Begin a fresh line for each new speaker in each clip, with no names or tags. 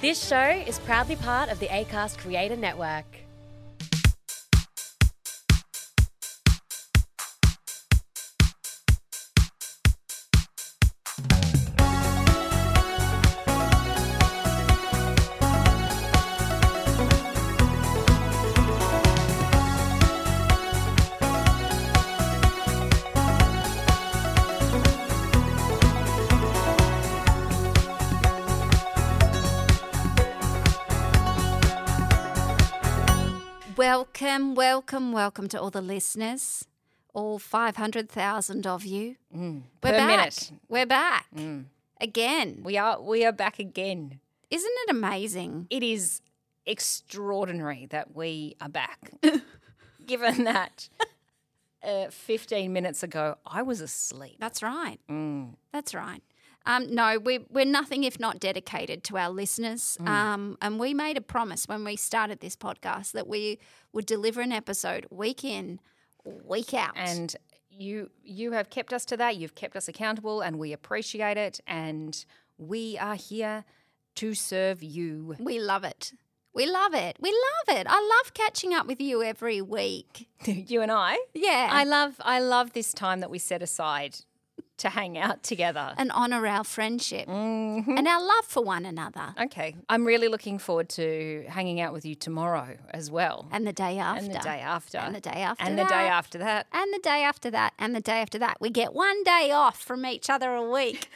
This show is proudly part of the ACAST Creator Network.
Welcome, welcome, welcome to all the listeners, all 500,000 of you. We're
Mm, per
back.
minute. Mm.
We're back. Again.
We are we are back again.
Isn't it amazing?
It is extraordinary that we are back. Given that uh, 15 minutes ago I was asleep.
That's right.
Mm.
That's right. Um, no, we, we're nothing if not dedicated to our listeners.
Mm.
Um, and we made a promise when we started this podcast that we would deliver an episode week in, week out.
And you you have kept us to that. You've kept us accountable and we appreciate it and we are here to serve you.
we love it. We love it. We love it. I love catching up with you every week.
you and I.
Yeah.
I love I love this time that we set aside to hang out together.
and honour our friendship
Mm-hmm.
and our love for one another
Okay. I'm really looking forward to hanging out with you tomorrow as well.
and the day after
And the day after.
and the day after
And the day
that.
after that.
and the day after that and the day after that we get one day off from each other a week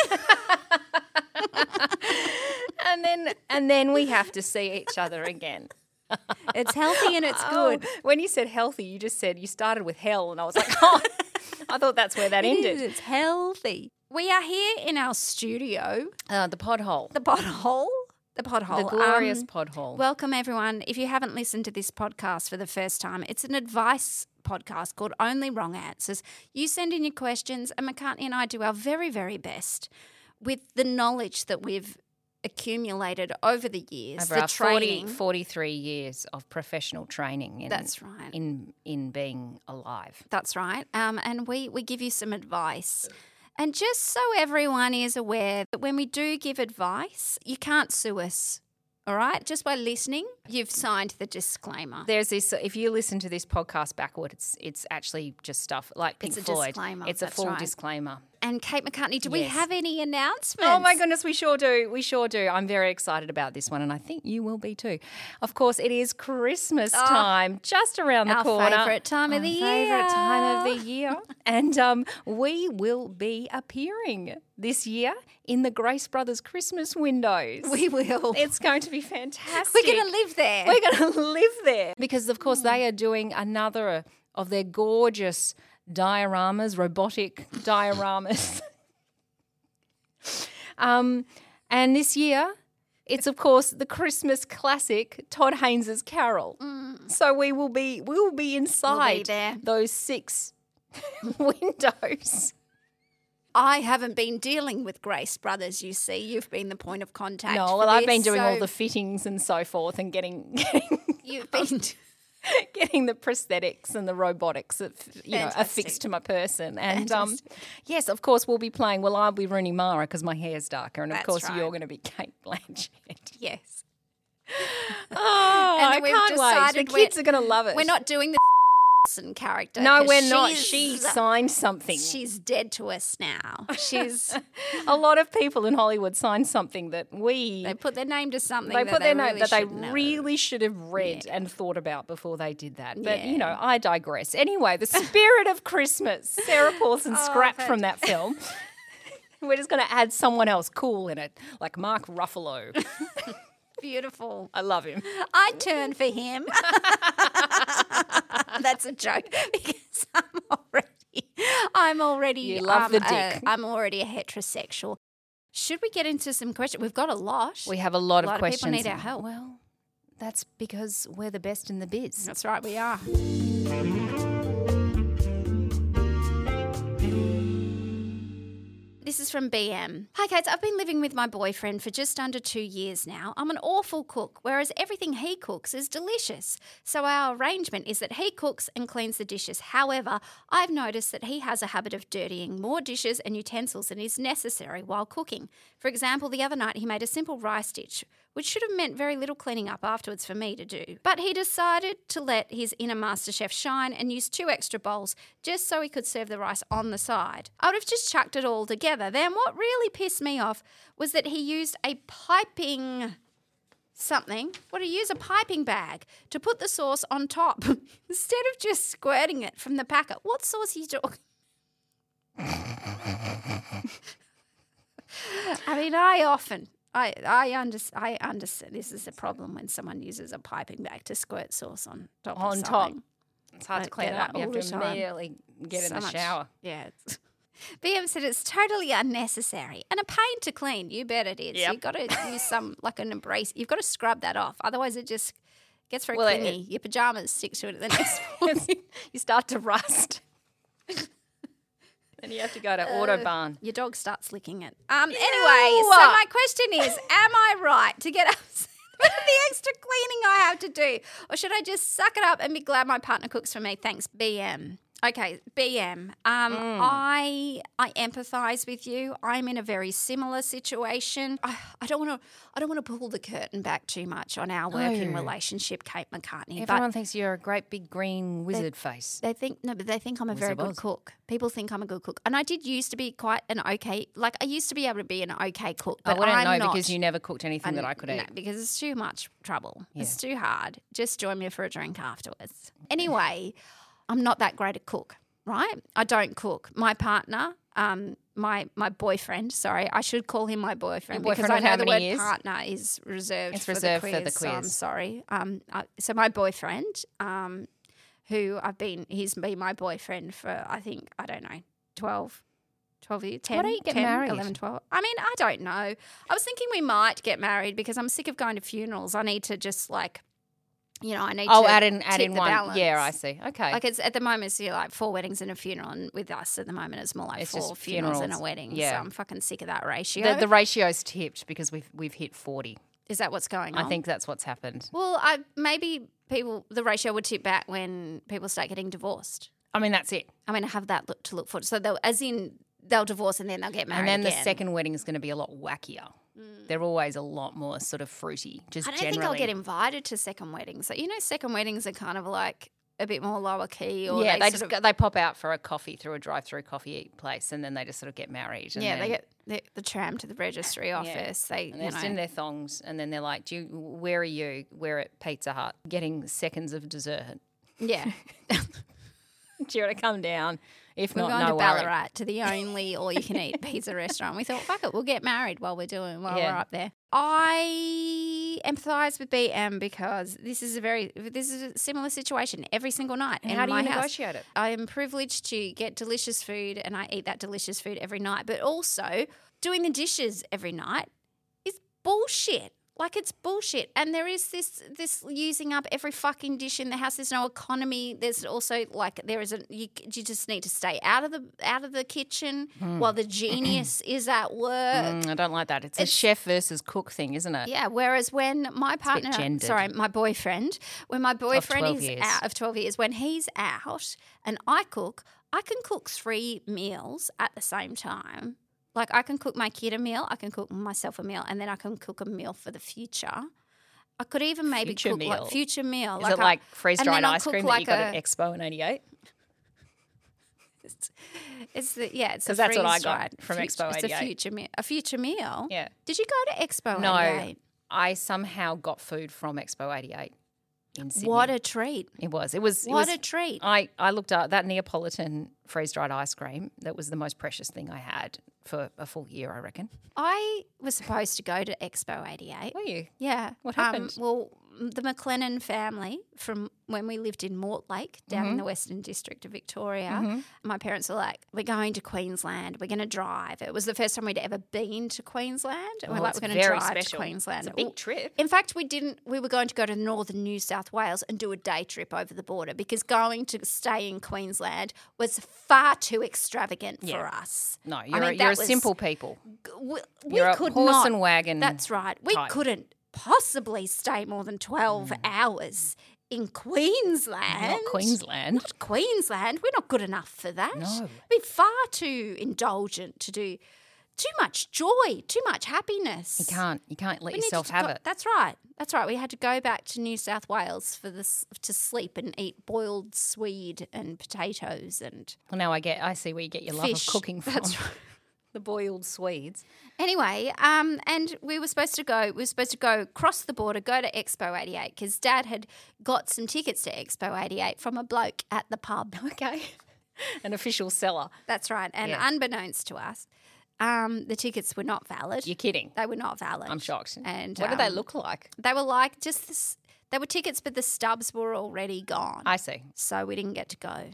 And then and then we have to see each other again.
it's healthy and it's good
Oh, when you said healthy, you just said you started with hell and I was like, oh I thought that's where that
It
ended.
is, it's healthy we are here in our studio
Uh, the podhole.
the pothole the pothole
The glorious
Um,
podhole.
Welcome, everyone. If you haven't listened to this podcast for the first time, it's an advice podcast called Only Wrong Answers. You send in your questions, and McCartney and I do our very, very best with the knowledge that we've accumulated over the years,
over
the
our 40,
training.
43 years of professional training in,
That's right.
in in being alive.
That's right. Um, and we, we give you some advice. And just so everyone is aware that when we do give advice, you can't sue us. All right? Just by listening, you've signed the disclaimer.
There's this. If you listen to this podcast backward, it's it's actually just stuff like Pink
It's a
Floyd.
disclaimer,
It's a
that's
full
right.
disclaimer.
and Kate McCartney. Do we
Yes.
have any announcements?
Oh my goodness, we sure do. We sure do. I'm very excited about this one, and I think you will be too. Of course, it is Christmas time, just around the
Oh, our
corner.
favourite time of
Our
the
Favorite time
year.
of the year, and um, we will be appearing this year in the Grace Brothers Christmas windows.
We will.
It's going to be fantastic.
We're going to live there.
We're going to live there because, of course, they are doing another of their gorgeous dioramas, robotic dioramas. um, and this year, it's of course the Christmas classic Todd Haynes's Carol. So we will be we will be inside
there.
those six windows.
I haven't been dealing with Grace Brothers, you see. You've been the point of contact.
no,
for
well, I've been
this,
doing all
so
the fittings and so forth, and getting getting
You've been.
getting the prosthetics and the robotics that you know
Fantastic.
affixed to my person. And um, yes, of course, we'll be playing. Well, I'll be Rooney Mara because my hair's darker, and of
That's
course,
right.
you're going to be Kate Blanchett.
Yes.
Oh,
And
I
we've
can't wait.
decided
The
we're-
kids are going to love it.
We're not doing the Olsen character.
No,
'cause
we're not.
she's-
She signed something.
She's dead to us now. She's.
a lot of people in Hollywood signed something that we
they put their name to something.
they
that
put
they
their note
really
that they
shouldn't have.
really should have read and thought about before they did that. But
Yeah.
you know, I digress. Anyway, the spirit of Christmas, Sarah Paulson
Oh,
scrapped from that film. We're just going to add someone else cool in it, like Mark Ruffalo.
beautiful.
I love him.
I turn for him. That's a joke because I'm already, I'm already,
You love
um,
the
a-
dick.
I'm already a heterosexual. Should we get into some questions? We've got a lot.
We have a lot,
lot
of
of people
questions.
need our help.
Well, that's because we're the best in the biz.
That's right, we are. This is from BM. Hi, Kate. I've been living with my boyfriend for just under two years now. I'm an awful cook, whereas everything he cooks is delicious. So our arrangement is that he cooks and cleans the dishes. However, I've noticed that he has a habit of dirtying more dishes and utensils than is necessary while cooking. For example, the other night he made a simple rice dish, which should have meant very little cleaning up afterwards for me to do. But he decided to let his inner MasterChef shine and use two extra bowls just so he could serve the rice on the side. I would have just chucked it all together. Then what really pissed me off was that he used a piping something, what he used a piping bag to put the sauce on top instead of just squirting it from the packet. What sauce are you talking? I mean, I often, I, I, under, I understand this is a problem when someone uses a piping bag to squirt sauce on top. of
On top.
something.
It's hard
I
to clean
get
it
that
up. You have
all
to
the time.
immediately get in
So
the
much.
shower.
Yeah. it's- BM said it's totally unnecessary and a pain to clean. You bet it is.
Yep.
You've got to use some, like an embrace. You've got to scrub that off. Otherwise, it just gets very
Well, it-
clingy. Your pajamas stick to it at the next
you start to rust. and you have to go to
Uh,
Autobahn.
Your dog starts licking it. Um. Anyway, so my question is, am I right to get upset with the extra cleaning I have to do, or should I just suck it up and be glad my partner cooks for me? Thanks, BM. Okay, BM. Um, I I empathise with you. I'm in a very similar situation. I, I don't want to I don't want to pull the curtain back too much on our working relationship, Kate McCartney. but
Everyone thinks you're a great big green wizard face.
They think no, but they think I'm a very good cook. People think I'm a good cook, and I did used to be quite an okay. Like I used to be able to be an okay cook, but
I wouldn't
am
know
not.
because you never cooked anything that I could
No,
eat.
because it's too much trouble. It's too hard. Just join me for a drink afterwards. Anyway, I'm not that great a cook, right? I don't cook. My partner, um, my my boyfriend. Sorry, I should call him my boyfriend,
Your
because
boyfriend
I
of
know
how
the
many
word
years?
partner is reserved.
It's
for
reserved
the
for
quiz,
the
So I'm
quiz.
sorry. Um, I, so my boyfriend, um, who I've been, he's been my boyfriend for I think I don't know 12, 12 years, 10,
don't you get
10,
married?
11, 12. I mean, I don't know. I was thinking we might get married because I'm sick of going to funerals. I need to just like, you know, I need
Oh,
to
add in add
tip
in
the
one. Yeah, I
balance.
see. Okay.
Like it's at the moment, it's you know, like four weddings and a funeral, and with us at the moment, it's more like
It's
four
just
funerals and a
funerals.
wedding. So
Yeah.
I'm fucking sick of that ratio.
the, the ratio's tipped because we've we've hit forty.
Is that what's going on?
I think that's what's happened.
Well, I maybe people the ratio would tip back when people start getting divorced.
I mean that's it.
I mean, I have that look to look forward. to. So they'll, as in, they'll divorce and then they'll get married.
And then the
again. Mm.
second wedding is going to be a lot wackier. They're always a lot more sort of fruity. Just
I don't
generally.
think I'll get invited to second weddings. So, you know, second weddings are kind of like a bit more lower key, or
yeah,
they,
they,
sort
just
of,
go, they pop out for a coffee through a drive-through coffee place, and then they just sort of get married. And
yeah,
then,
they get the, the tram to the registry office. They,
and
you
they're
know,
just in their thongs, and then they're like, "Do you? Where are you? We're at Pizza Hut getting seconds of dessert.
yeah,
Do you want to come down? If
we're
not,
going
no
to
worry.
Ballarat to the only all-you-can-eat pizza restaurant. We thought, fuck it, we'll get married while we're doing while
Yeah.
we're up there. I empathise with BM because this is a very this is a similar situation every single night
And
in
how do you
my house.
negotiate it?
I am privileged to get delicious food and I eat that delicious food every night. But also, doing the dishes every night is bullshit. Like it's bullshit. And there is this this using up every fucking dish in the house. There's no economy. There's also like there is a you, you just need to stay out of the out of the kitchen while the genius is at work.
Mm, I don't like that. It's, a chef versus cook thing, isn't it?
Yeah. Whereas when my
Uh, bit
partner,
gendered.
sorry, my boyfriend, when my boyfriend
12
is
years.
out of twelve years, when he's out and I cook, I can cook three meals at the same time. Like I can cook my kid a meal, I can cook myself a meal, and then I can cook a meal for the future. I could even maybe
Future
cook
meal?
like future meal.
Is it
I-
like freeze
and then
dried
I'll
ice
cook
cream
like
that you got
a-
at Expo in '88?
It's the yeah, it's because
'Cause that's what I got from Expo
It's a
88.
future meal. A future meal.
Yeah.
Did you go to Expo?
No,
88?
I somehow got food from Expo '88 in Sydney.
What a treat!
it was! It was. it
What
was-
a treat!
I, I looked up that Neapolitan freeze dried ice cream. That was the most precious thing I had for a full year, I reckon.
I was supposed to go to Expo 88.
Were you?
Yeah.
What
Um,
happened?
well, the McLennan family from when we lived in Mortlake down
Mm-hmm.
in the Western District of Victoria, my parents were like, we're going to Queensland. We're going to drive. It was the first time we'd ever been to Queensland. And we're
Well,
like,
Oh, it's
we're going to
very
drive to
special.
Queensland.
It's a big
Well,
trip.
In fact, we didn't. We were going to go to northern New South Wales and do a day trip over the border because going to stay in Queensland was far too extravagant for us.
No,
I
you're,
mean,
a, you're a
that was-
simple people.
we, we
You're a
could
horse
not,
and wagon
That's right. We
type. Mm.
couldn't possibly stay more than twelve hours in Queensland.
Not Queensland.
Not Queensland. We're not good enough for that.
No.
We're far too indulgent to do too much joy, too much happiness.
You can't you can't let
We needed
yourself
to
have
go-
it.
That's right. That's right. We had to go back to New South Wales for this to sleep and eat boiled swede and potatoes and
Well, now I get I see where you get your love
Fish.
of cooking from.
That's
the boiled Swedes.
Anyway, um, and we were supposed to go. We were supposed to go cross the border, go to Expo eighty eight because Dad had got some tickets to Expo eighty eight from a bloke at the pub.
Okay. An official seller.
That's right. And
Yeah.
unbeknownst to us, um, the tickets were not valid.
You're kidding.
They were not valid.
I'm shocked.
And
what do they
um,
look like?
They were like just this. They were tickets, but the stubs were already gone,
I see.
so we didn't get to go.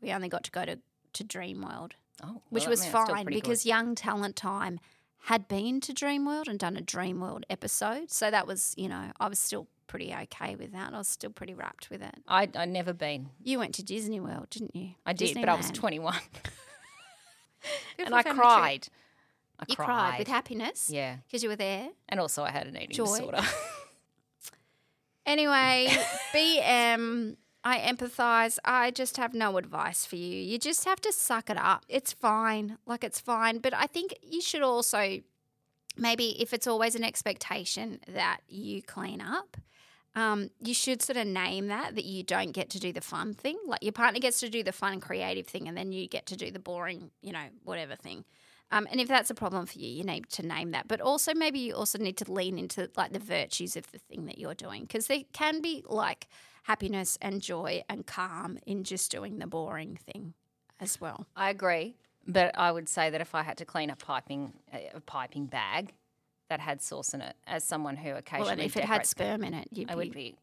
We only got to go to to Dreamworld.
Oh, well,
which
that
was
means it's still
fine
pretty good.
because Young Talent Time had been to Dreamworld and done a Dreamworld episode. So that was, you know, I was still pretty okay with that. I was still pretty wrapped with it.
I I never been.
You went to Disney World, didn't you?
I did, but I was
Disneyland.
21
Good
and
for family
I
trip.
cried. I
You cried. with happiness?
Yeah.
Because you were there.
And also I had an eating
Joy.
disorder.
Anyway, BM, I empathize. I just have no advice for you. You just have to suck it up. It's fine. Like, it's fine. But I think you should also, maybe if it's always an expectation that you clean up, um, you should sort of name that, that you don't get to do the fun thing. Like, your partner gets to do the fun, creative thing, and then you get to do the boring, you know, whatever thing. Um, and if that's a problem for you, you need to name that. But also, maybe you also need to lean into like the virtues of the thing that you're doing because there can be like happiness and joy and calm in just doing the boring thing as well.
I agree, but I would say that if I had to clean a piping a piping bag that had sauce in it, as someone who occasionally
Well, and if it had
decorates-
sperm in it, you'd
I
be,
would be.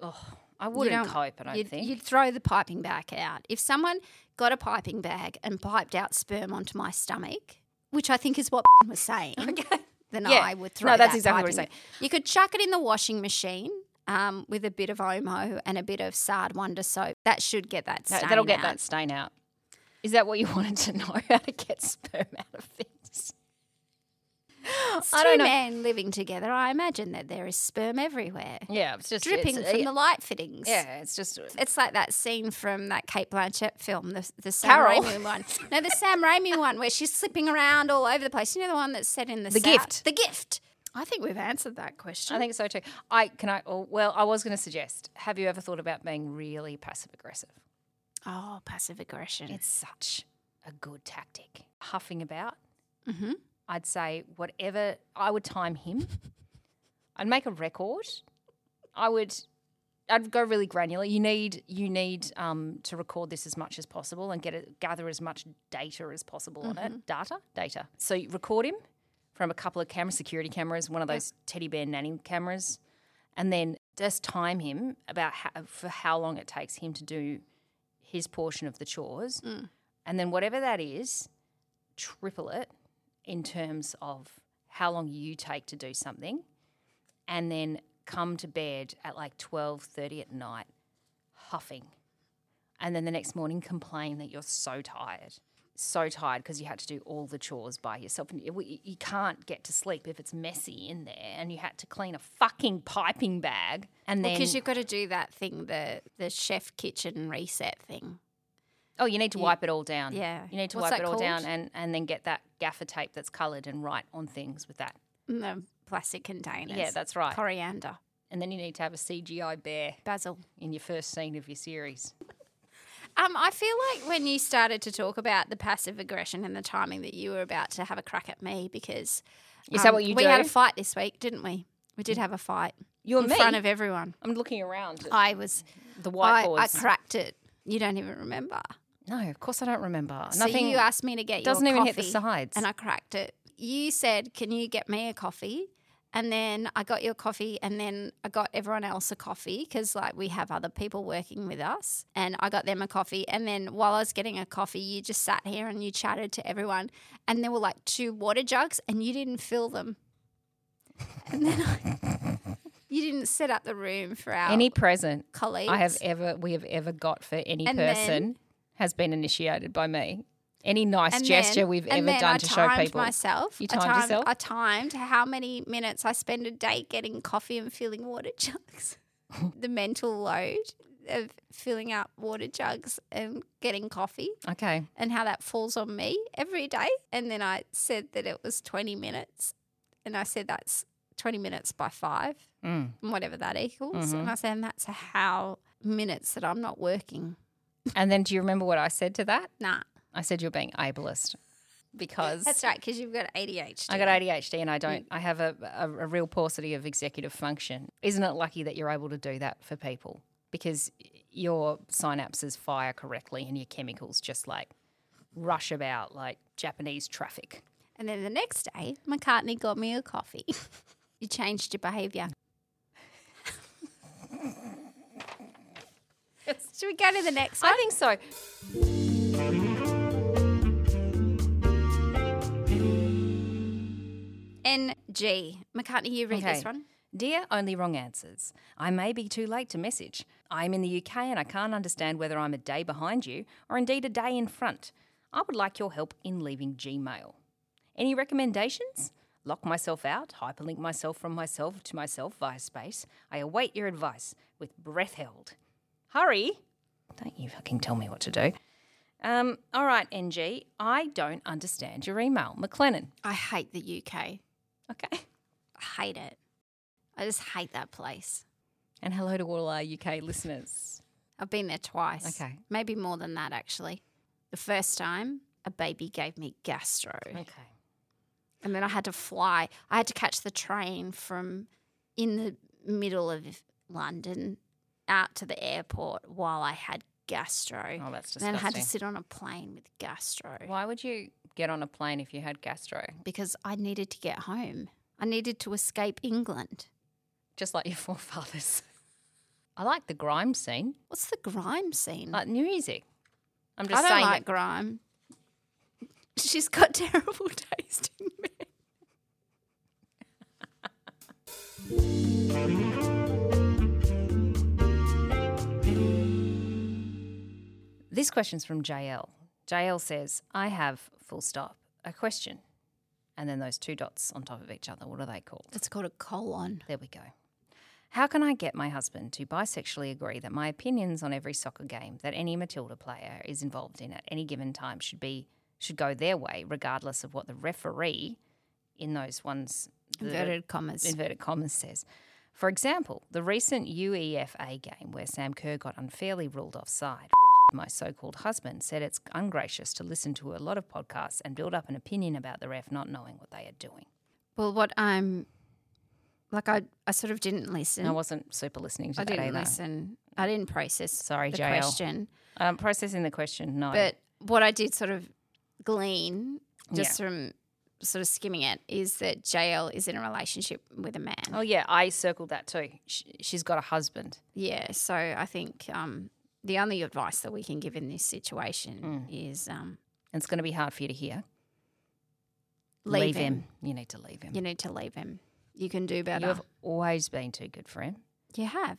Oh, I
you
wouldn't
don't-
cope. I don't
you'd,
think.
you'd throw the piping back out. If someone got a piping bag and piped out sperm onto my stomach, which I think is what was saying.
okay.
then
Yeah.
I would
No,
throw.
that's
that pipe
exactly
in
what I'm saying.
there. You could chuck it in the washing machine um, with a bit of Omo and a bit of Sard Wonder soap. That should get that stain.
That, will get
out.
that stain out. Is that what you wanted to know? How to get sperm out of things?
It's
I
two
don't know.
men living together. I imagine that there is sperm everywhere,
Yeah, it's just
dripping
it's, uh,
from the light fittings.
Yeah, it's just
It's like that scene from that Kate Blanchett film, the, the Sam
Carol.
Raimi one. No, the Sam Raimi one where she's slipping around all over the place. You know the one that's set in the
The
South?
Gift.
The gift. I think we've answered that question.
I think so too. I can I. Oh, well, I was going to suggest. Have you ever thought about being really passive aggressive?
oh, passive aggression.
It's such a good tactic. Huffing about.
Mhm.
I'd say whatever. I would time him. I'd make a record. I would. I'd go really granular. You need you need um, to record this as much as possible and get it, gather as much data as possible on it. Data, data. So you record him from a couple of cameras, security cameras, one of those teddy bear nanny cameras, and then just time him about how, for how long it takes him to do his portion of the chores, and then whatever that is, triple it in terms of how long you take to do something and then come to bed at like 12:30 at night huffing and then the next morning complain that you're so tired so tired because you had to do all the chores by yourself and you, you can't get to sleep if it's messy in there and you had to clean a fucking piping bag and then
because you've got to do that thing, the the chef kitchen reset thing.
Oh, you need to wipe it all down.
yeah.
You need to
What's
wipe
that
it all down
called?
and, and then get that gaffer tape that's coloured and write on things with that.
in Mm, The plastic containers.
Yeah, that's right.
Coriander,
And then you need to have a CGI bear
basil.
in your first scene of your series.
Um, I feel like when you started to talk about the passive aggression and the timing that you were about to have a crack at me because
Is that
um,
what you
we had a
do? Mm.
fight this week, didn't we? We did have a fight.
You and
in
me?
front of everyone.
I'm looking around at
I was
the
I,
whiteboards.
I cracked it. You don't even remember.
no, of course I don't remember.
so
Nothing.
you asked me to get
doesn't
your
even hit the
coffee,
sides.
and I cracked it. You said, "Can you get me a coffee?" And then I got your coffee, and then I got everyone else a coffee because, like, we have other people working with us, and I got them a coffee. And then while I was getting a coffee, you just sat here and you chatted to everyone, and there were like two water jugs, and you didn't fill them. And then I, you didn't set up the room for our
any present
colleagues.
I have ever we have ever got for any
And
person
then-
has been initiated by me. Any nice
And
gesture
then-
we've
and
ever
then
done
I
to show
timed
people.
Myself,
You
I
timed yourself?
I timed how many minutes I spend a day getting coffee and filling water jugs. the mental load of filling up water jugs and getting coffee,
Okay.
and how that falls on me every day. And then I said that it was twenty minutes, and I said that's twenty minutes by five,
Mm. Mm-hmm.
and whatever that equals. And I said and that's how minutes that I'm not working.
And then do you remember what I said to that?
Nah,
I said you're being ableist because
that's right because you've got ADHD.
I got ADHD and I don't. I have a, a, a real paucity of executive function. Isn't it lucky that you're able to do that for people because your synapses fire correctly and your chemicals just like rush about like Japanese traffic.
And then the next day, McCartney got me a coffee. you changed your behaviour. Should we go to the next one?
I think so.
NG. McCartney, you read
Okay.
this one.
Dear Only Wrong Answers, I may be too late to message. I'm in the UK and I can't understand whether I'm a day behind you or indeed a day in front. I would like your help in leaving Gmail. Any recommendations? Lock myself out, hyperlink myself from myself to myself via space. I await your advice with breath held. Hurry! Don't you fucking tell me what to do. Um, all right, NG, I don't understand your email. McLennan.
I hate the UK. I
Okay.
hate it. I just hate that place.
And hello to all our UK listeners.
I've been there twice.
Okay.
Maybe more than that, actually. The first time, a baby gave me gastro.
Okay.
and then I had to fly. I had to catch the train from in the middle of London out to the airport while I had gastro.
Oh, that's
And Then I had to
disgusting.
sit on a plane with gastro
Why would you get on a plane if you had gastro?
because I needed to get home. I needed to escape England.
Just like your forefathers. I like the grime scene,
What's the grime scene?
like new music. I'm
Mm. I
just
don't
saying.
like
that-
grime. She's got terrible taste in men.
this question's from JL. JL says, I have full stop, a question, and then those two dots on top of each other. What are they called?
It's called a colon.
There we go. How can I get my husband to bisexually agree that my opinions on every soccer game that any Matilda player is involved in at any given time should be should go their way, regardless of what the referee in those ones the
Inverted commas.
inverted commas says. For example, the recent UEFA game where Sam Kerr got unfairly ruled offside. Richard, My so called husband said it's ungracious to listen to a lot of podcasts and build up an opinion about the ref not knowing what they are doing.
Well, what I'm like, I, I sort of didn't listen.
And I wasn't super listening to
I
that
didn't
either.
listen. I didn't process
Sorry,
the
JL.
question.
Um, processing the question, no.
But what I did sort of glean just
Yeah.
from sort of skimming it is that JL is in a relationship with a man.
oh, yeah, I circled that too. Sh she's got a husband.
Yeah. So I think um, the only advice that we can give in this situation
Mm.
is um,
And it's going to be hard for you to hear.
leave, him.
You need to leave him.
You need to leave him. You can do
You
better.
have always been too good for him.
you have.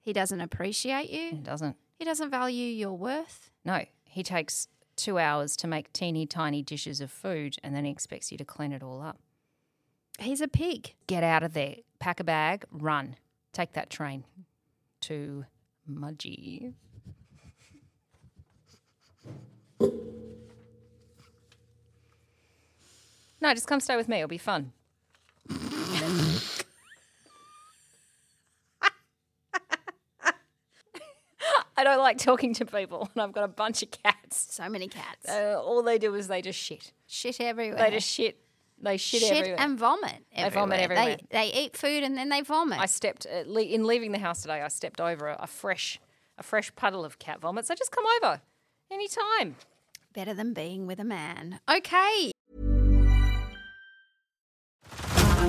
He doesn't appreciate
He
you.
doesn't.
He doesn't value your worth.
No, he takes two hours to make teeny tiny dishes of food and then he expects you to clean it all up.
He's a pig.
Get out of there. Pack a bag, run. Take that train to Mudgee. No, just come stay with me. It'll be fun. I don't like talking to people, and I've got a bunch of cats.
So many cats.
Uh, all they do is they just shit.
shit everywhere.
They just shit. They shit, everywhere.
and vomit.
They vomit everywhere.
They, they eat food and then they vomit.
I stepped uh, le- in leaving the house today. I stepped over a, a fresh, a fresh puddle of cat vomit. So just come over anytime.
Better than being with a man. Okay.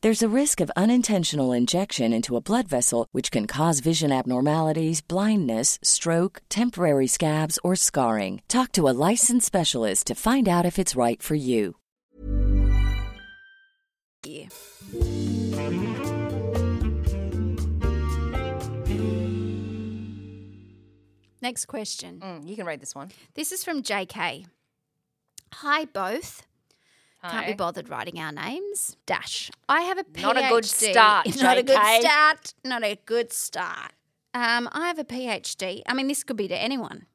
There's a risk of unintentional injection into a blood vessel, which can cause vision abnormalities, blindness, stroke, temporary scabs, or scarring. Talk to a licensed specialist to find out if it's right for you.
Yeah. Next question.
Mm, you can read this one.
This is from JK. Hi, both. Can't be
Hi.
bothered writing our names. Dash. I have a PhD.
Not a good start,
Not a good
JK.
start. Not a good start. Um, I have a PhD. I mean, this could be to anyone.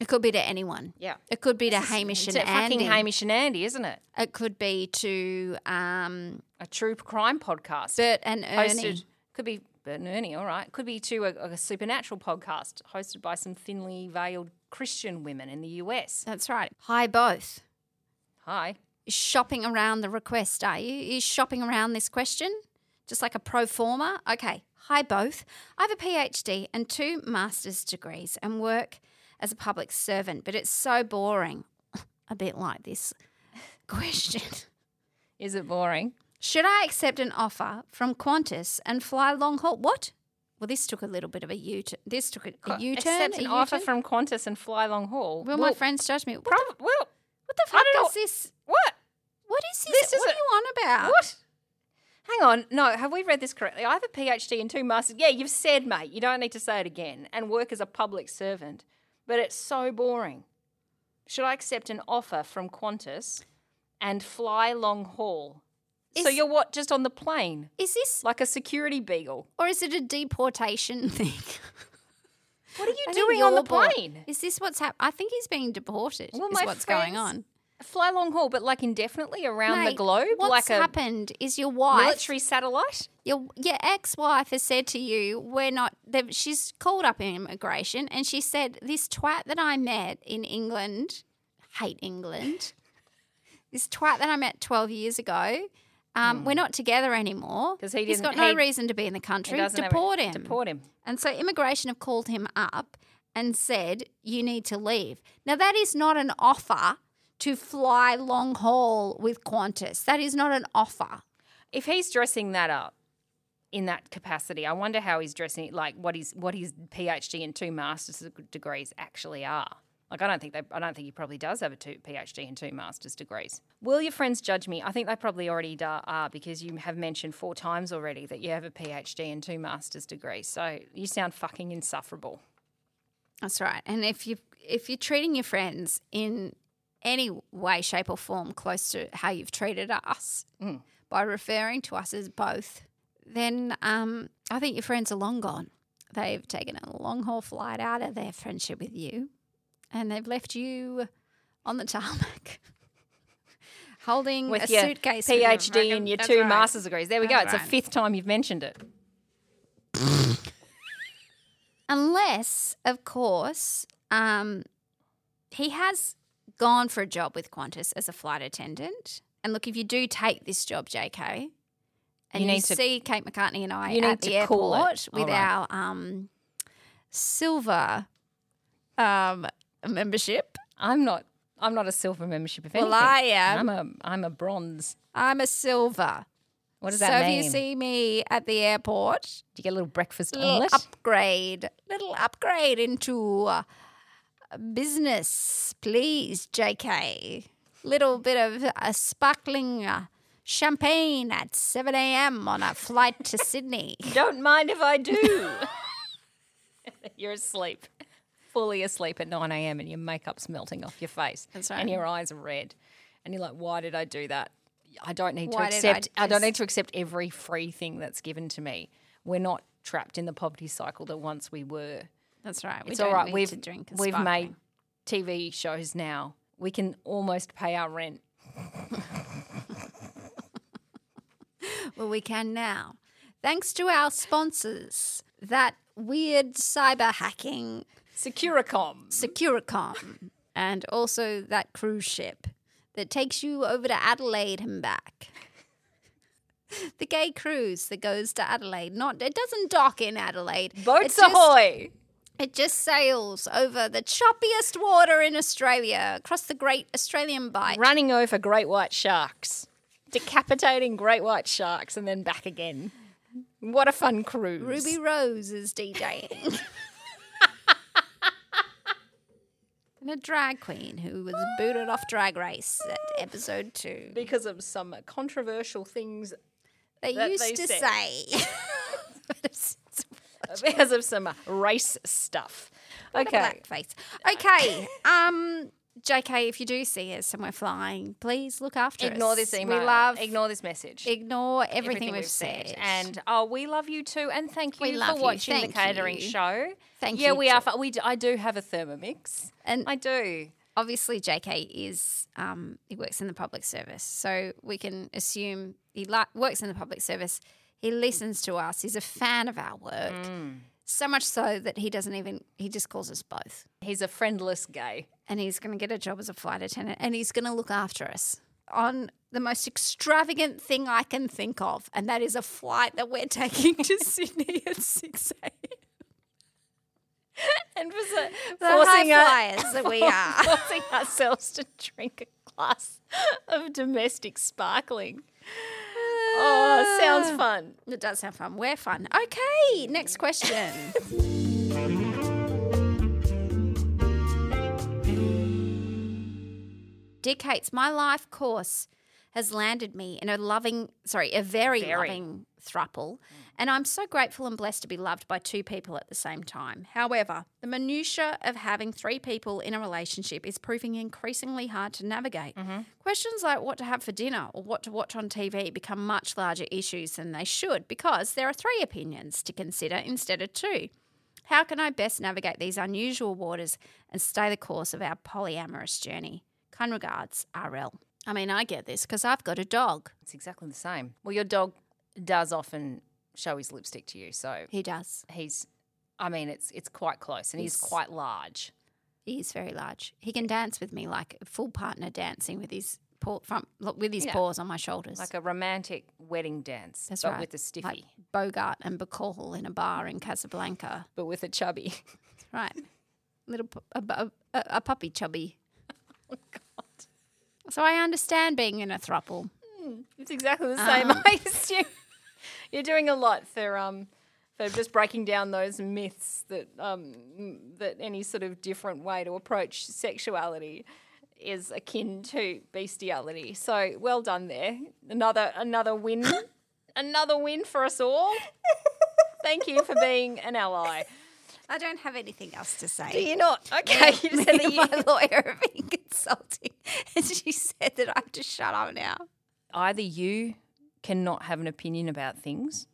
It could be to anyone.
Yeah.
It could be to Hamish
It's
and
a fucking
Andy.
Hamish and Andy, isn't it?
It could be to um,
A true crime podcast.
Bert and Ernie.
Hosted, could be Bert and Ernie, all right. Could be to a, a supernatural podcast hosted by some thinly veiled Christian women in the US.
That's right. Hi, both.
Hi.
shopping around the request, are you? Is shopping around this question? Just like a pro forma? Okay. Hi, both. I have a PhD and two master's degrees and work as a public servant, but it's so boring. a bit like this question.
Is it boring?
Should I accept an offer from Qantas and fly long haul? What? Well, this took a little bit of a U turn. This took a, a U turn.
Uh, Accept an offer from Qantas and fly long haul.
Will my
Well,
friends judge me? What,
prob-
the,
well,
what the
I
fuck
don't know-
is this?
what?
What is this?
This is
what
a-
are you on about?
What? Hang on. No, have we read this correctly? I have a PhD and two masters. Yeah, you've said, mate. You don't need to say it again. And work as a public servant. But it's so boring. Should I accept an offer from Qantas and fly long haul? so
Is-
you're what? Just on the plane,
Is this
like a security beagle.
Or is it a deportation thing?
What are you
I think
doing on
you're
the
bored.
plane?
Is this what's happening? I think he's being deported.
Well,
is
my
what's going
friends-
on?
fly long haul, but like indefinitely around the
Mate,
globe,
What's
like a
happened is your wife,
military satellite.
your your ex-wife has said to you, "We're not." they've- She's called up immigration, and she said, "This twat that I met in England, hate England. this twat that I met twelve years ago." Um, We're not together anymore
'Cause Hmm. he
He's
didn't-
got no
he-
reason to be in the country.
It doesn't have it.
Deport him.
Deport him.
And so immigration have called him up and said, You need to leave. Now, that is not an offer to fly long haul with Qantas. That is not an offer.
If he's dressing that up in that capacity, I wonder how he's dressing. Like what his what his PhD and two master's deg- degrees actually are. Like I don't think they, I don't think he probably does have a two PhD and two master's degrees. Will your friends judge me? I think they probably already da- are because you have mentioned four times already that you have a PhD and two master's degrees. So you sound fucking insufferable.
That's right. And if you if you're treating your friends in any way, shape, or form close to how you've treated us
Mm.
by referring to us as both, then um, I think your friends are long gone. They've taken a long haul flight out of their friendship with you, and they've left you on the tarmac. Holding
With
Mm, a
your
suitcase, with them.
PhD and your
That's
two
right.
master's degrees. There we go.
That's
It's the
right.
fifth time you've mentioned it.
Unless, of course, um, he has gone for a job with Qantas as a flight attendant. And look, if you do take this job, JK, and
You
you,
need to-
see Kate McCartney and I
You need
at the
to call it.
airport with
All right.
our um, silver um, membership,
I'm not. I'm not a silver membership. If
Well,
anything.
I am.
I'm a. I'm a bronze.
I'm a silver.
What does
so
that mean?
if you see me at the airport,
Do you get a little breakfast
little
omelette?
upgrade, little upgrade into uh, business, please, JK. Little bit of a sparkling uh, champagne at 7 a.m. on a flight to Sydney.
Don't mind if I do. You're asleep, fully asleep at 9 a.m. and your makeup's melting off your face.
That's right.
And your eyes are red, and you're like, "Why did I do that? I don't need
Why
to
did I
accept. I, don't
just-
need to accept every free thing that's given to me. We're not trapped in the poverty cycle that once we were.
That's right. We
it's
don't
all right.
need
we've
to drink a
we've made
sparkling.
TV shows now. We can almost pay our rent.
Well, we can now. Thanks to our sponsors, that weird cyber hacking
Securicom.
Securicom, and also that cruise ship that takes you over to Adelaide and back. The gay cruise that goes to Adelaide. Not it doesn't dock in Adelaide.
Boats
it just,
ahoy!
It just sails over the choppiest water in Australia, across the Great Australian Bight.
Running over great white sharks, decapitating great white sharks, and then back again. What a fun cruise!
Ruby Rose is DJing. and a drag queen who was booted off Drag Race at episode two.
because of some controversial things,
They
that
used
they
to
said.
say.
because of some race stuff. Okay,
Black face. Okay. Um, JK, if you do see us somewhere flying, please look after us.
ignore this email.
We love
ignore this message.
ignore everything, we've, said.
And oh, we love you too, and thank
We
you
love
for
you.
watching the
Thank
catering
you.
show.
Thank
yeah,
you
we are.
too.
fu- We d- I do have a Thermomix.
And-
I do.
obviously JK is um he works in the public service. So we can assume he li- works in the public service. He listens to us. He's a fan of our work.
Mm.
So much so that he doesn't even he just calls us both.
He's a friendless gay.
and he's going to get a job as a flight attendant and he's going to look after us on the most extravagant thing I can think of, and that is a flight that we're taking to Sydney at 6 a.m.
and for so,
The
forcing
high
us-
flyers that we are.
forcing ourselves to drink a glass of domestic sparkling. Oh, sounds fun.
It does have fun. We're fun. Okay, next question. Dick hates my life course has landed me in a loving, sorry, a very,
Very.
loving thruple, and I'm so grateful and blessed to be loved by two people at the same time. However, the minutia of having three people in a relationship is proving increasingly hard to navigate. Questions like what to have for dinner or what to watch on TV become much larger issues than they should because there are three opinions to consider instead of two. How can I best navigate these unusual waters and stay the course of our polyamorous journey? Kind regards, RL. I mean, I get this because I've got a dog.
It's exactly the same. Well, your dog does often show his lipstick to you, so
He does.
he's. I mean, it's it's quite close, and he's,
He's-
quite large.
He is very large. He can dance with me like a full partner dancing with his paw, front, look, with his
Yeah.
paws on my shoulders.
Like a romantic wedding dance,
That's
but
right.
with a stiffy,
Like Bogart and Bacall in a bar in Casablanca.
but with a chubby.
Right. Little pu- a, bu- a, a puppy chubby. Oh, So I understand being in a thruple.
It's exactly the same. I assume you're doing a lot for um for just breaking down those myths that um m- that any sort of different way to approach sexuality is akin to bestiality. So well done there. Another another win, another win for us all. Thank you for being an ally.
I don't have anything else to say.
Do you not? Okay, you
Me
said that
and
you-
my lawyer are being consulting, and she said that I have to shut up now.
either you cannot have an opinion about things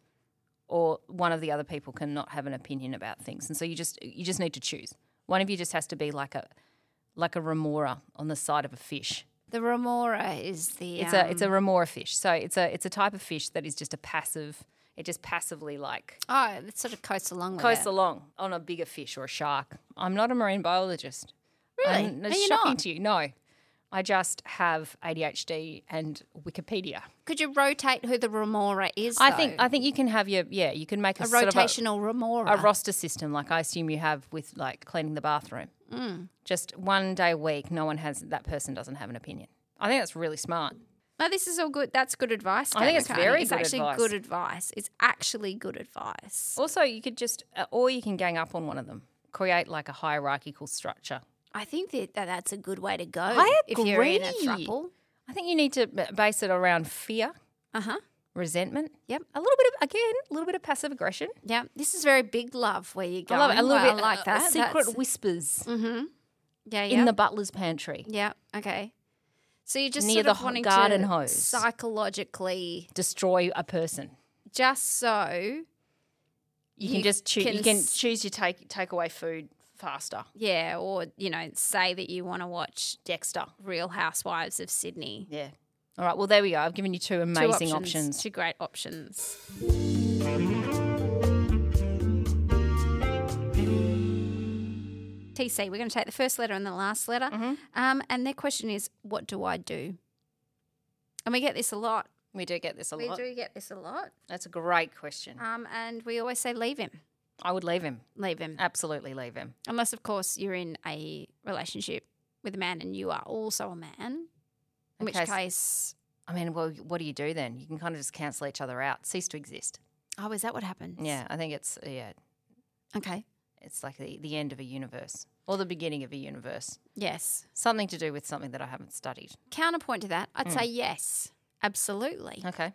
or one of the other people cannot have an opinion about things and so you just you just need to choose one of you just has to be like a like a remora on the side of a fish
The remora is the um,
it's a it's a remora fish so it's a it's a type of fish that is just a passive it just passively like
oh, it sort of coasts along with
coasts
it.
along on a bigger fish or a shark i'm not a marine biologist
Really?
I'm-
Are
it's
you
shocking
not?
to you no i just have adhd and wikipedia
Could you rotate who the remora is?
I think
though?
I think you can have your yeah. You can make a,
a
sort of a-
rotational remora.
a, roster system, like I assume you have with like cleaning the bathroom.
Mm.
Just one day a week, no one has that person doesn't have an opinion. I think that's really smart.
no, this is all good. That's good advice.
I think
Kayla
it's
Carney.
very
it's
good
actually
advice.
good advice. It's actually good advice.
Also, you could just uh, or you can gang up on one of them, create like a hierarchical structure.
I think that, that that's a good way to go.
I
If you're in a
agree.
throuple.
I think you need to b- base it around fear,
Uh huh.
resentment,
Yep.
a little bit of again, a little bit of passive aggression.
Yeah. This is very big love where you go.
I love it. A little bit
I like
uh,
that.
secret
That's- Mm-hmm.
whispers
yeah, yeah.
in the butler's pantry.
Yeah. Okay. So you're just
Near
sort
the
of
ho-
wanting
garden
to
hose.
psychologically,
Destroy a person.
just so
You, can just choose.
can
You can
s-
choose your take take away food faster.
yeah, or you know, say that you want to watch
Dexter.
Real Housewives of Sydney.
Yeah. All right. Well, there we go. I've given you two
Two
amazing options.
two great options. TC, we're going to take the first letter and the last letter,
Mm-hmm.
um, and their question is, "What do I do?" And we get this a lot.
We do get this a
we
lot.
do get this a lot,
That's a great question.
um, and we always say, "Leave him,
I would leave him.
leave him."
Absolutely leave him.
Unless, of course, you're in a relationship with a man and you are also a man, in which
Okay, so-
case,
I mean, well, what do you do then? You can kind of just cancel each other out, cease to exist.
oh, is that what happens?
Yeah, I think it's yeah,
Okay.
it's like the, the end of a universe or the beginning of a universe.
Yes.
Something to do with something that I haven't studied.
Counterpoint to that, I'd say yes, absolutely.
Hmm. Okay,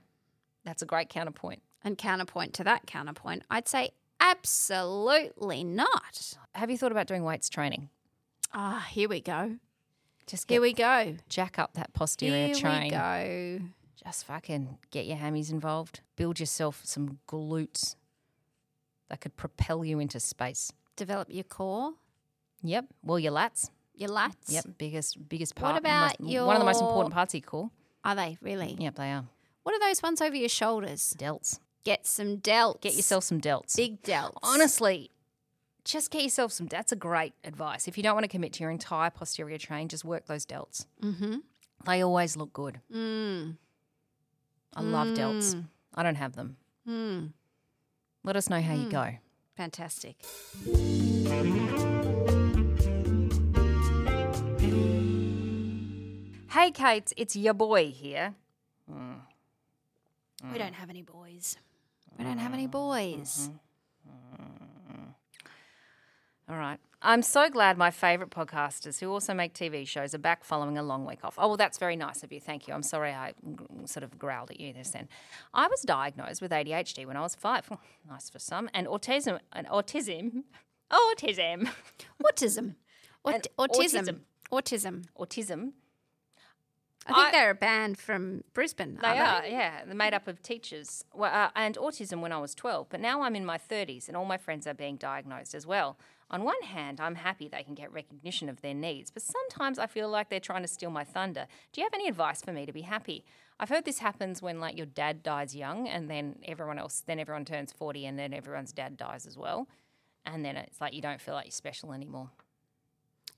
that's a great counterpoint.
And counterpoint to that counterpoint, I'd say absolutely not.
Have you thought about doing weights training?
Ah, here we go.
Just get,
Here we go.
jack up that posterior
Here
chain.
we go.
just fucking get your hammies involved. Build yourself some glutes that could propel you into space.
Develop your core,
Yep. Well, your lats.
your lats.
Yep. Biggest, biggest
What
part. and most-
about
one of the most
your-
important parts of your core?
Are they really?
Yep, they are
What are those ones over your shoulders?
delts.
Get some delts.
Get yourself some delts.
big delts.
Honestly, just get yourself some. That's a great advice. If you don't want to commit to your entire posterior chain, just work those delts.
Mm-hmm.
They always look good.
Mm.
I love delts. I don't have them.
Mm.
Let us know how you go.
Fantastic.
Hey, Kate, it's your boy here. Mm.
We don't have any boys. We don't have
Mm-hmm.
any boys.
All right. I'm so glad my favourite podcasters who also make TV shows are back following a long week off. Oh, well, that's very nice of you. Thank you. I'm sorry I g- sort of growled at you this then. I was diagnosed with ADHD when I was five. nice for some. And autism. And autism. Autism.
Autism. Aut-
Mm-hmm. And
autism. Autism.
Autism.
I think
I-
they're a band from Brisbane.
They
aren't
are, yeah. They're made up of teachers well, uh, and autism when I was 12, but now I'm in my 30s and all my friends are being diagnosed as well. On one hand, I'm happy they can get recognition of their needs, but sometimes I feel like they're trying to steal my thunder. Do you have any advice for me to be happy? I've heard this happens when like your dad dies young and then everyone else then everyone turns 40 and then everyone's dad dies as well. And then it's like you don't feel like you're special anymore.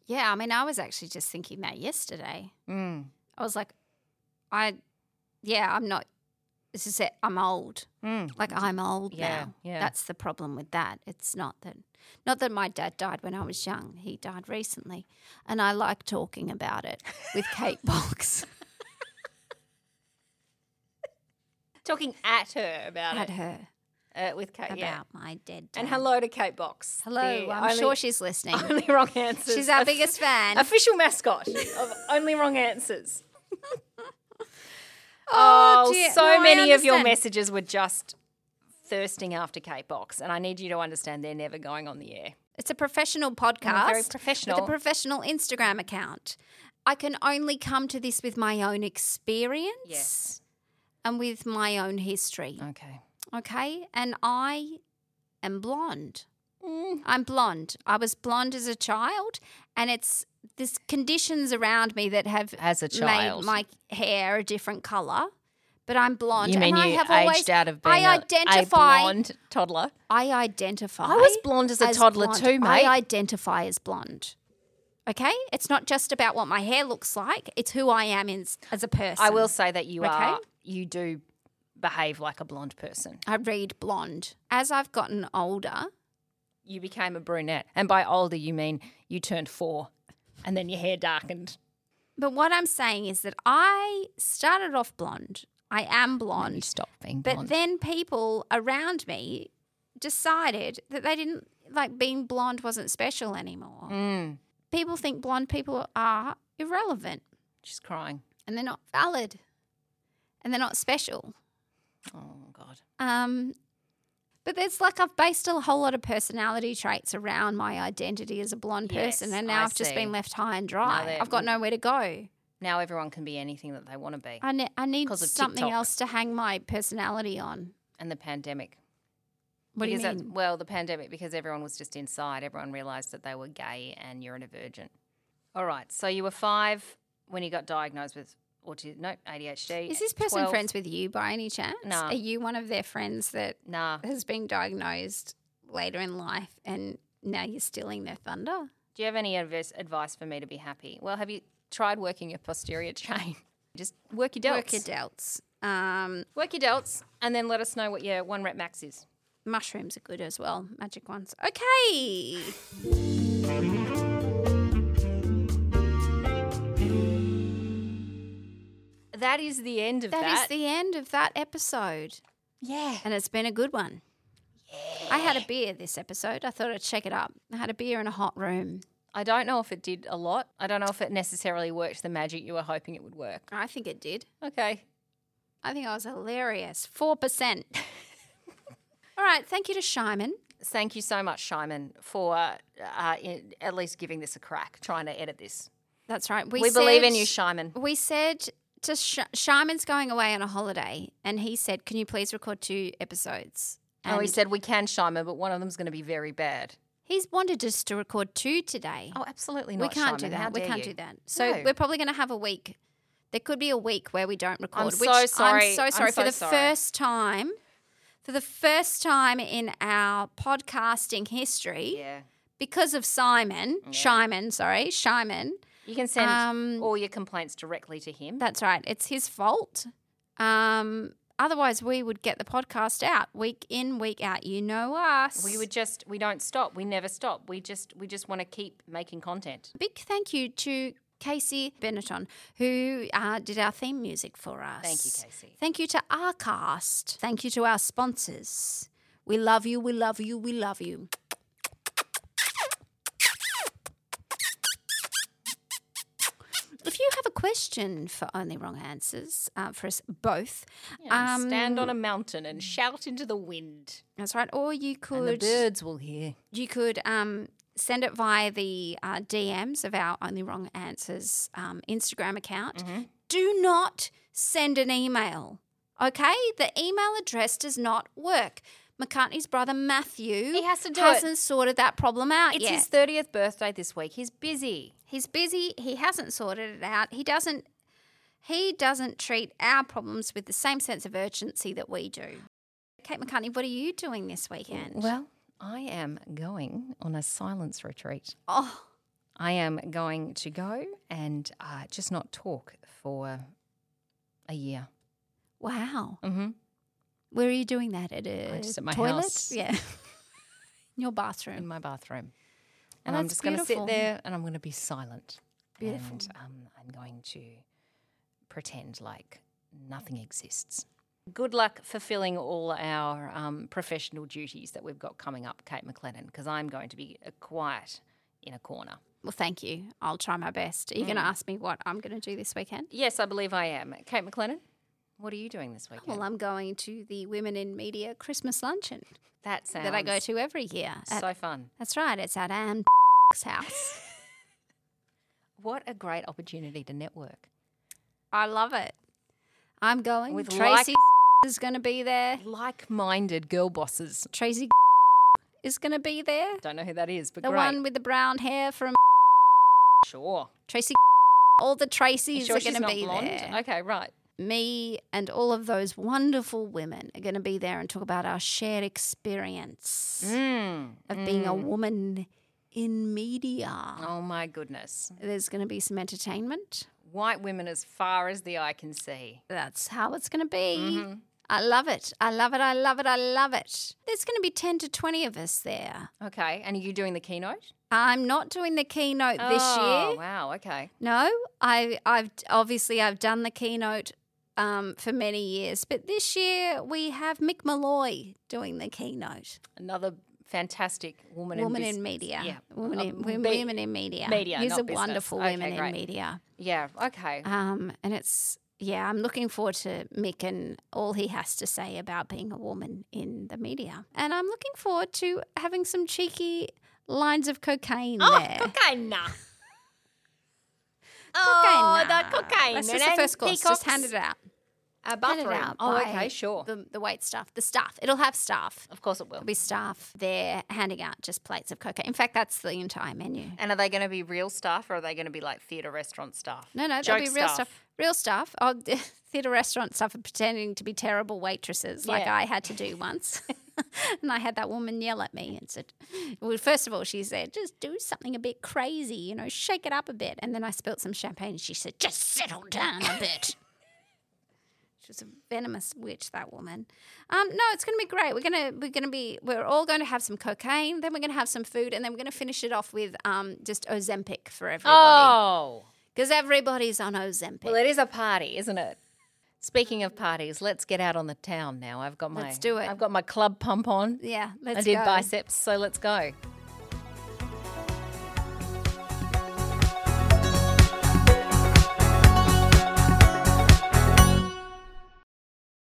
Yeah, I mean, I was actually just thinking that yesterday.
Mm.
I was like, I, yeah, I'm not. This is it. I'm old.
Mm.
Like I'm old
Yeah,
now.
yeah.
That's the problem with that. It's not that, not that my dad died when I was young. He died recently, and I like talking about it with Kate Box
Talking at her about
at
it
her
uh, with Kate.
about
yeah.
my dead dad.
And hello to Kate Box.
hello.
the
I'm
only-
sure she's listening.
Only wrong answers.
She's our
Of-
biggest fan.
Official mascot of Only Wrong Answers.
Oh, dear.
so
No, I
many of your
understand.
messages were just thirsting after Kate Box, and I need you to understand they're never going on the air.
It's a professional podcast.
very professional.
With a professional Instagram account. I can only come to this with my own experience and with my own history.
Okay.
Okay. And I am blonde.
Mm.
I'm blonde. I was blonde as a child, and it's there's conditions around me that have
As a child.
made my hair a different color. But I'm blonde,
you mean
and I
you
have
aged
always
out of being
I
a-
identify
a blonde toddler?
I identify.
I was blonde as a toddler too, mate.
I identify as blonde. Okay, it's not just about what my hair looks like; it's who I am in, as a person.
I will say that you
Okay.
are. You do behave like a blonde person.
I read blonde. As I've gotten older,
You became a brunette, and by older you mean you turned four, and then your hair darkened.
but what I'm saying is that I started off blonde. I am
and you
blonde,
stopped being
but
blonde.
then people around me decided that they didn't like being blonde wasn't special anymore.
Mm.
People think blonde people are irrelevant.
She's crying.
and they're not valid and they're not special.
Oh God.
Um, but there's like I've based a whole lot of personality traits around my identity as a blonde
Yes,
person, and now
I
I have just
see.
been left high and
Now
dry.
they're-
I've got nowhere to go.
Now everyone can be anything that they want to be,
I, ne- I need
'Cause of
something
TikTok.
else to hang my personality on.
and the pandemic.
What do
because
you
that's-
mean?
Well, the pandemic because everyone was just inside. Everyone realised that they were gay and neurodivergent. All right. So you were five when you got diagnosed with autism. No, ADHD.
Is this person
12
friends with you by any chance?
No.
Are you one of their friends that
Nah.
has been diagnosed later in life and now you're stealing their thunder?
Do you have any advice advice for me to be happy? Well, have you tried working your posterior chain? Just work your delts.
Work your delts. Um,
Work your delts, and then let us know what your one rep max is.
mushrooms are good as well, magic ones. Okay.
That is the end of that.
that is the end of that episode.
yeah.
And it's been a good one. I had a beer this episode. I thought I'd shake it up. I had a beer in a hot room.
I don't know if it did a lot. I don't know if it necessarily worked the magic you were hoping it would work.
I think it did.
Okay.
I think I was hilarious. 4%. All right. Thank you to Shyman.
Thank you so much, Shimon, for uh, in, at least giving this a crack, trying to edit this.
That's right.
We, believe in
said-
you, Shimon.
We said to Sh- Shyman's going away on a holiday. And he said, Can you please record two episodes?
And, we Oh, said we can, Shimon, but one of them's going to be very bad.
He's wanted us to record two today.
Oh, absolutely
we
not.
can't
Shimon.
do
How
that. We
dare
can't
you.
do that. So
No.
we're probably going to have a week. There could be a week where we don't record.
so
which
sorry.
I'm so
I'm
sorry
so
for the
sorry.
first time. For the first time in our podcasting history,
Yeah.
because of Simon,
Mm-hmm.
Shimon, sorry, Shimon.
You can send
Um,
all your complaints directly to him.
That's right. It's his fault. Um, otherwise, we would get the podcast out week in, week out. You know us.
we would just we don't stop. We never stop. We just we just want to keep making content.
Big thank you to Casey Benetton, who uh, did our theme music for us.
Thank you, Casey.
Thank you to Arcast. Thank you to our sponsors. We love you, we love you, we love you. If you have a question for Only Wrong Answers, uh, for us both,
Yeah,
um,
stand on a mountain and shout into the wind.
that's right, or you
And the
could
birds will hear.
you could um, send
Mm-hmm.
it via the uh, DMs of our Only Wrong Answers um, Instagram account. do not send an email. Okay? The email address does not work. McCartney's brother Matthew
He has to do it.
hasn't sorted that problem out
It's
yet.
his 30th birthday this week. He's busy.
He's busy. He hasn't sorted it out. He doesn't. He doesn't treat our problems with the same sense of urgency that we do. Kate McCartney, what are you doing this weekend?
Well, I am going on a silence retreat.
oh,
I am going to go and uh, just not talk for a year.
wow.
Mm-hmm.
Where are you doing that? At a
Uh, just at my
toilet?
house.
Yeah. In your
In
bathroom.
my bathroom.
Well,
And I'm
that's
just going to
beautiful.
sit there and I'm going to be silent.
Beautiful.
And um, I'm going to pretend like nothing exists. Good luck fulfilling all our um, professional duties that we've got coming up, Kate McLennan, because I'm going to be uh, quiet in a corner.
Well, thank you. I'll try my best. Are you going
Mm.
to ask me what I'm going to do this weekend?
Yes, I believe I am. Kate McLennan, what are you doing this weekend?
Well, I'm going to the Women in Media Christmas luncheon
that sounds
that I go to every year. At-
so fun.
that's right. It's at Anne's house.
What a great opportunity to network.
I love it. I'm going.
With
Tracy is going to be there.
Like-minded girl bosses.
Tracy is going to be there.
Don't know who that is, but
The
great.
one with the brown hair from
sure.
Tracy. All the Tracys
sure
are
she's
going to
not
be
blonde?
there.
Okay, right.
Me and all of those wonderful women are going to be there and talk about our shared experience
Mm.
of being a woman in media.
Oh my goodness.
There's going to be some entertainment.
White women as far as the eye can see.
That's how it's going to be.
Mm-hmm.
I love it. I love it. I love it. I love it. There's going to be 10 to 20 of us there.
Okay, and are you doing the keynote?
I'm not doing the keynote Uh, this
Oh,
year.
Wow, okay.
No, I, I've obviously I've done the keynote um, for many years, but this year we have Mick Malloy doing the keynote.
Another fantastic woman,
woman
in,
in
bus-
media.
Yeah.
Women,
Uh,
in, women,
be-
women in media.
media,
He's
not
a
business.
wonderful
Okay,
women
great.
in media.
Yeah, okay.
Um, and it's yeah, I'm looking forward to Mick and all he has to say about being a woman in the media. And I'm looking forward to having some cheeky lines of cocaine
Oh,
there.
cocaine.
Cocaine.
oh, the cocaine.
That's
and
just the first course.
peacocks.
Just hand it out.
A
Handed
bathroom.
out
oh,
by
okay, sure.
The, the wait staff, the staff. It'll have staff.
of course it will.
There'll be staff there handing out just plates of cocaine. In fact, that's the entire menu.
And are they going to be real staff or are they going to be like theatre restaurant staff?
No, no,
Joke
there'll be real stuff. Real stuff. Oh, theatre restaurant stuff of pretending to be terrible waitresses like
Yeah.
I had to do once. and I had that woman yell at me and said, well, first of all, she said, just do something a bit crazy, you know, shake it up a bit. And then I spilt some champagne and she said, just settle down a bit. She was a venomous witch, that woman. Um, no, it's going to be great. We're going to we're going to be we're all going to have some cocaine, then we're going to have some food, and then we're going to finish it off with um, just Ozempic for everybody.
Oh.
Because everybody's on Ozempic.
Well, it is a party, isn't it? Speaking of parties, let's get out on the town now. I've got my
Let's do it.
I've got my club pump on.
yeah, let's
I did
go.
biceps, so let's go.